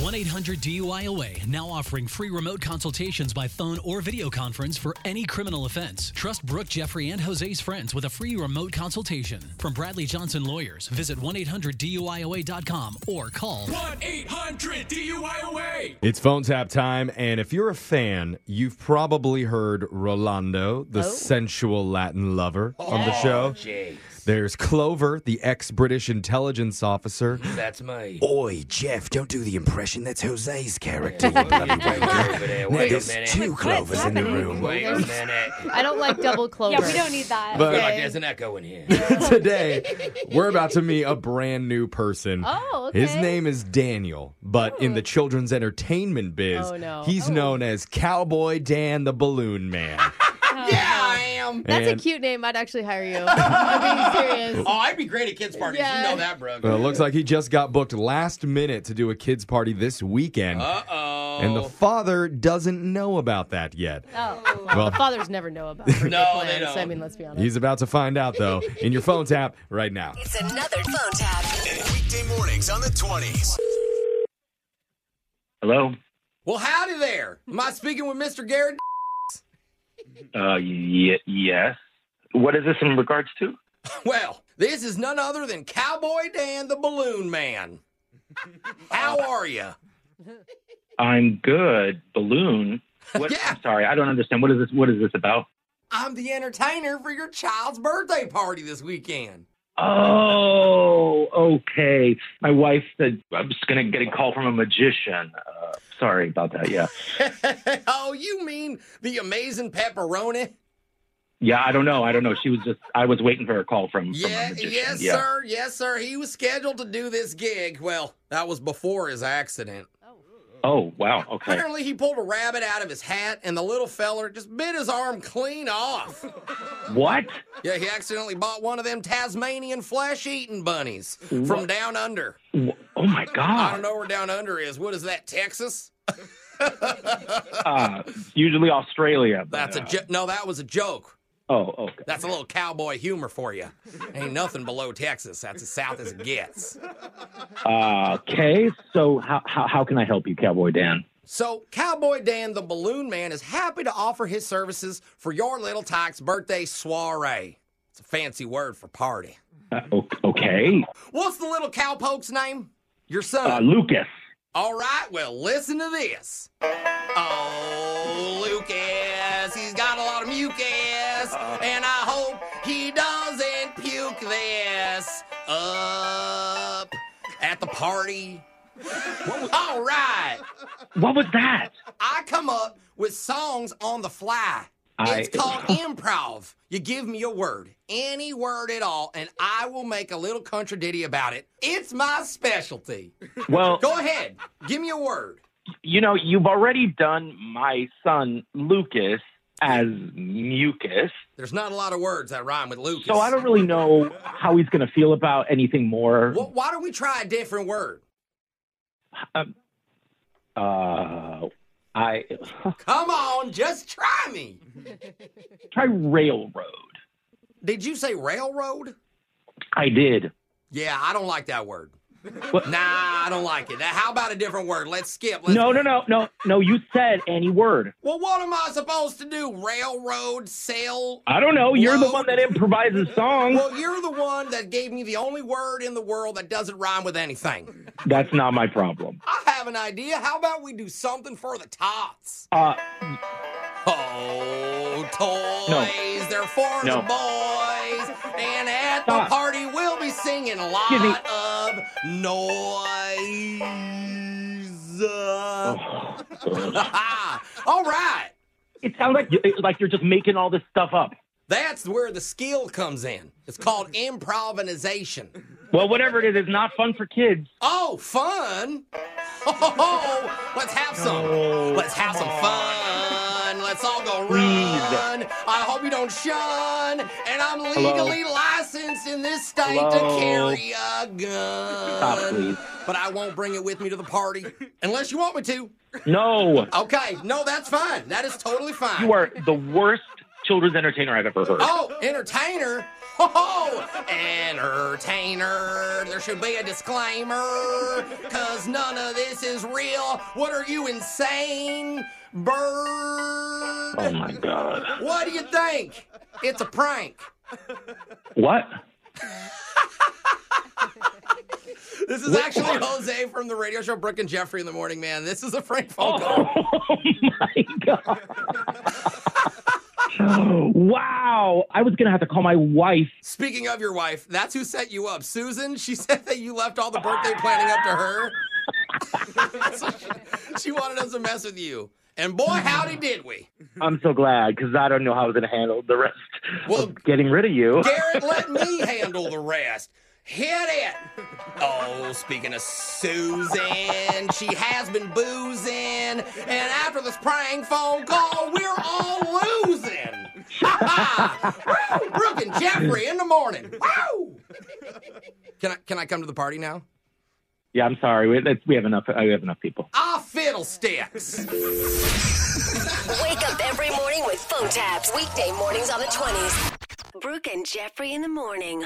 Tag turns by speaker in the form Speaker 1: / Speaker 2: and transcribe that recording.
Speaker 1: 1 800 DUIOA now offering free remote consultations by phone or video conference for any criminal offense. Trust Brooke, Jeffrey, and Jose's friends with a free remote consultation. From Bradley Johnson Lawyers, visit 1 800 DUIOA.com or call
Speaker 2: 1 800 DUIOA.
Speaker 3: It's phone tap time, and if you're a fan, you've probably heard Rolando, the
Speaker 4: Oh.
Speaker 3: sensual Latin lover, on the show.
Speaker 5: Jeez.
Speaker 3: There's Clover, the ex British intelligence officer.
Speaker 5: That's me.
Speaker 6: Oi, Jeff, don't do the impression. That's Jose's character.
Speaker 5: Whoa, you wanker over there. Wait a
Speaker 6: There's
Speaker 5: minute.
Speaker 6: two clovers in the room.
Speaker 5: Wait a minute.
Speaker 4: I don't like double clover.
Speaker 7: Yeah, we don't need that.
Speaker 3: But-
Speaker 5: Feel like there's an echo in here.
Speaker 3: Today, we're about to meet a brand new person.
Speaker 4: Oh,
Speaker 3: His
Speaker 4: okay.
Speaker 3: name is Daniel, but in the children's entertainment biz,
Speaker 4: Oh, no.
Speaker 3: he's known as Cowboy Dan the Balloon Man.
Speaker 5: I am.
Speaker 4: That's
Speaker 3: And-
Speaker 4: a cute name. I'd actually hire you. I'm being serious.
Speaker 5: Oh, I'd be great at kids' parties. You
Speaker 4: Yeah.
Speaker 5: know that, bro.
Speaker 3: Well, it looks like he just got booked last minute to do a kids' party this weekend.
Speaker 5: Uh oh.
Speaker 3: And the father doesn't know about that yet.
Speaker 4: Oh.
Speaker 3: Well,
Speaker 4: Fathers never know about birthday
Speaker 5: No, they
Speaker 4: plans. I
Speaker 5: don't.
Speaker 4: mean, let's be honest.
Speaker 3: he's about to find out, though, in your phone tap right now.
Speaker 8: It's another phone tap.
Speaker 9: Weekday mornings on the 20s.
Speaker 10: Hello.
Speaker 5: well, howdy there. Am I speaking with Mr. Garrett?
Speaker 10: Uh, y- yes. What is this in regards to?
Speaker 5: Well, this is none other than Cowboy Dan the Balloon Man. How are you?
Speaker 10: I'm good. Balloon. What,
Speaker 5: Yeah.
Speaker 10: I'm sorry, I don't understand. What is this? What is this about?
Speaker 5: I'm the entertainer for your child's birthday party this weekend.
Speaker 10: Oh, okay. My wife said I'm just gonna get a call from a magician. Uh, sorry about that. Yeah.
Speaker 5: oh, you mean the amazing pepperoni?
Speaker 10: Yeah. I don't know. I don't know. She was just. I was waiting for a call from.
Speaker 5: Yeah,
Speaker 10: from a magician.
Speaker 5: yes,
Speaker 10: yeah.
Speaker 5: sir. Yes, sir. He was scheduled to do this gig. Well, that was before his accident.
Speaker 10: Oh, wow. Okay.
Speaker 5: Apparently, he pulled a rabbit out of his hat, and the little feller just bit his arm clean off.
Speaker 10: What?
Speaker 5: yeah, he accidentally bought one of them Tasmanian flesh-eating bunnies from down under.
Speaker 10: Wh- Oh my
Speaker 5: I don't
Speaker 10: God.
Speaker 5: know where down under is. What is that, Texas?
Speaker 10: Uh, usually Australia. but,
Speaker 5: That's a
Speaker 10: uh,
Speaker 5: jo- no. That was a joke.
Speaker 10: Oh, okay.
Speaker 5: That's a little cowboy humor for you. Ain't nothing below Texas. That's as south as it gets.
Speaker 10: Okay, so how, how how can I help you, Cowboy Dan?
Speaker 5: So, Cowboy Dan the Balloon Man is happy to offer his services for your little tyke's birthday soiree. It's a fancy word for party.
Speaker 10: Uh, o- okay,
Speaker 5: What's the little cowpoke's name? Your
Speaker 10: uh,
Speaker 5: son.
Speaker 10: Lucas.
Speaker 5: All right, well, listen to this. Oh, Lucas, he's got a lot of mucus, and I hope he doesn't puke this up at the party. All right.
Speaker 10: What was that?
Speaker 5: I come up with songs on the fly.
Speaker 10: I-
Speaker 5: It's called improv. You give me a word, any word at all, and I will make a little country ditty about it. It's my specialty.
Speaker 10: Well,
Speaker 5: Go ahead, give me a word.
Speaker 10: you know, you've already done my son Lucas as mucus,
Speaker 5: There's not a lot of words that rhyme with Lucas.
Speaker 10: so I don't really know how he's going to feel about anything more.
Speaker 5: Wh- why don't we try a different word?
Speaker 10: Uh, I
Speaker 5: Come on, just try me.
Speaker 10: try railroad.
Speaker 5: Did you say railroad?
Speaker 10: I did.
Speaker 5: Yeah, I don't like that word.
Speaker 10: What?
Speaker 5: Nah, I don't like it. Now, how about a different word? Let's skip. Let's
Speaker 10: No, no, no, no, no. You said any word.
Speaker 5: Well, what am I supposed to do? Railroad sale?
Speaker 10: I don't know. You're the one that improvises songs.
Speaker 5: Well, you're the one that gave me the only word in the world that doesn't rhyme with anything.
Speaker 10: That's not my problem.
Speaker 5: I have an idea. How about we do something for the tots?
Speaker 10: Uh,
Speaker 5: Oh, toys, they're for
Speaker 10: No.
Speaker 5: the boys. And at
Speaker 10: Stop.
Speaker 5: the party, we'll be singing a lot
Speaker 10: Give me-
Speaker 5: of noise.
Speaker 10: Oh.
Speaker 5: All right.
Speaker 10: It sounds like you, like you're just making all this stuff up.
Speaker 5: That's where the skill comes in. It's called improvisation.
Speaker 10: Well, whatever it is, it's not fun for kids.
Speaker 5: Oh, fun! Oh, let's have some. Let's have some fun. Let's all go run. I hope you don't shun. And I'm legally licensed in this state
Speaker 10: Hello?
Speaker 5: to carry a gun.
Speaker 10: Stop, please.
Speaker 5: But I won't bring it with me to the party unless you want me to.
Speaker 10: No,
Speaker 5: Okay, no, that's fine. That is totally fine.
Speaker 10: you are the worst children's entertainer I've ever heard.
Speaker 5: Oh, entertainer. Oh, entertainer, there should be a disclaimer, cause none of this is real. What are you insane, bird?
Speaker 10: Oh my god.
Speaker 5: What do you think? It's a prank.
Speaker 10: What?
Speaker 5: This is actually Jose from the radio show Brooke and Jeffrey in the Morning Man. This is a prank phone call.
Speaker 10: Oh my god. wow. I was gonna have to call my wife.
Speaker 5: Speaking of your wife, that's who set you up. Susan, she said that you left all the birthday planning up to her. So she, she wanted us to mess with you. And boy, howdy did we.
Speaker 10: I'm so glad because I don't know how I was gonna handle the rest
Speaker 5: Well-
Speaker 10: of getting rid of you.
Speaker 5: Garrett, let me handle the rest. Hit it. Oh, speaking of Susan, she has been boozing. And after this prank phone call, we're all losing. Ha-ha. Woo! Brooke and Jeffrey in the morning. Woo! Can I, can I come to the party now?
Speaker 10: Yeah, I'm sorry. We, that's- we have enough. We have enough people.
Speaker 5: Ah, fiddlesticks.
Speaker 8: Wake up every morning with phone taps. Weekday mornings on the 20s. Brooke and Jeffrey in the morning.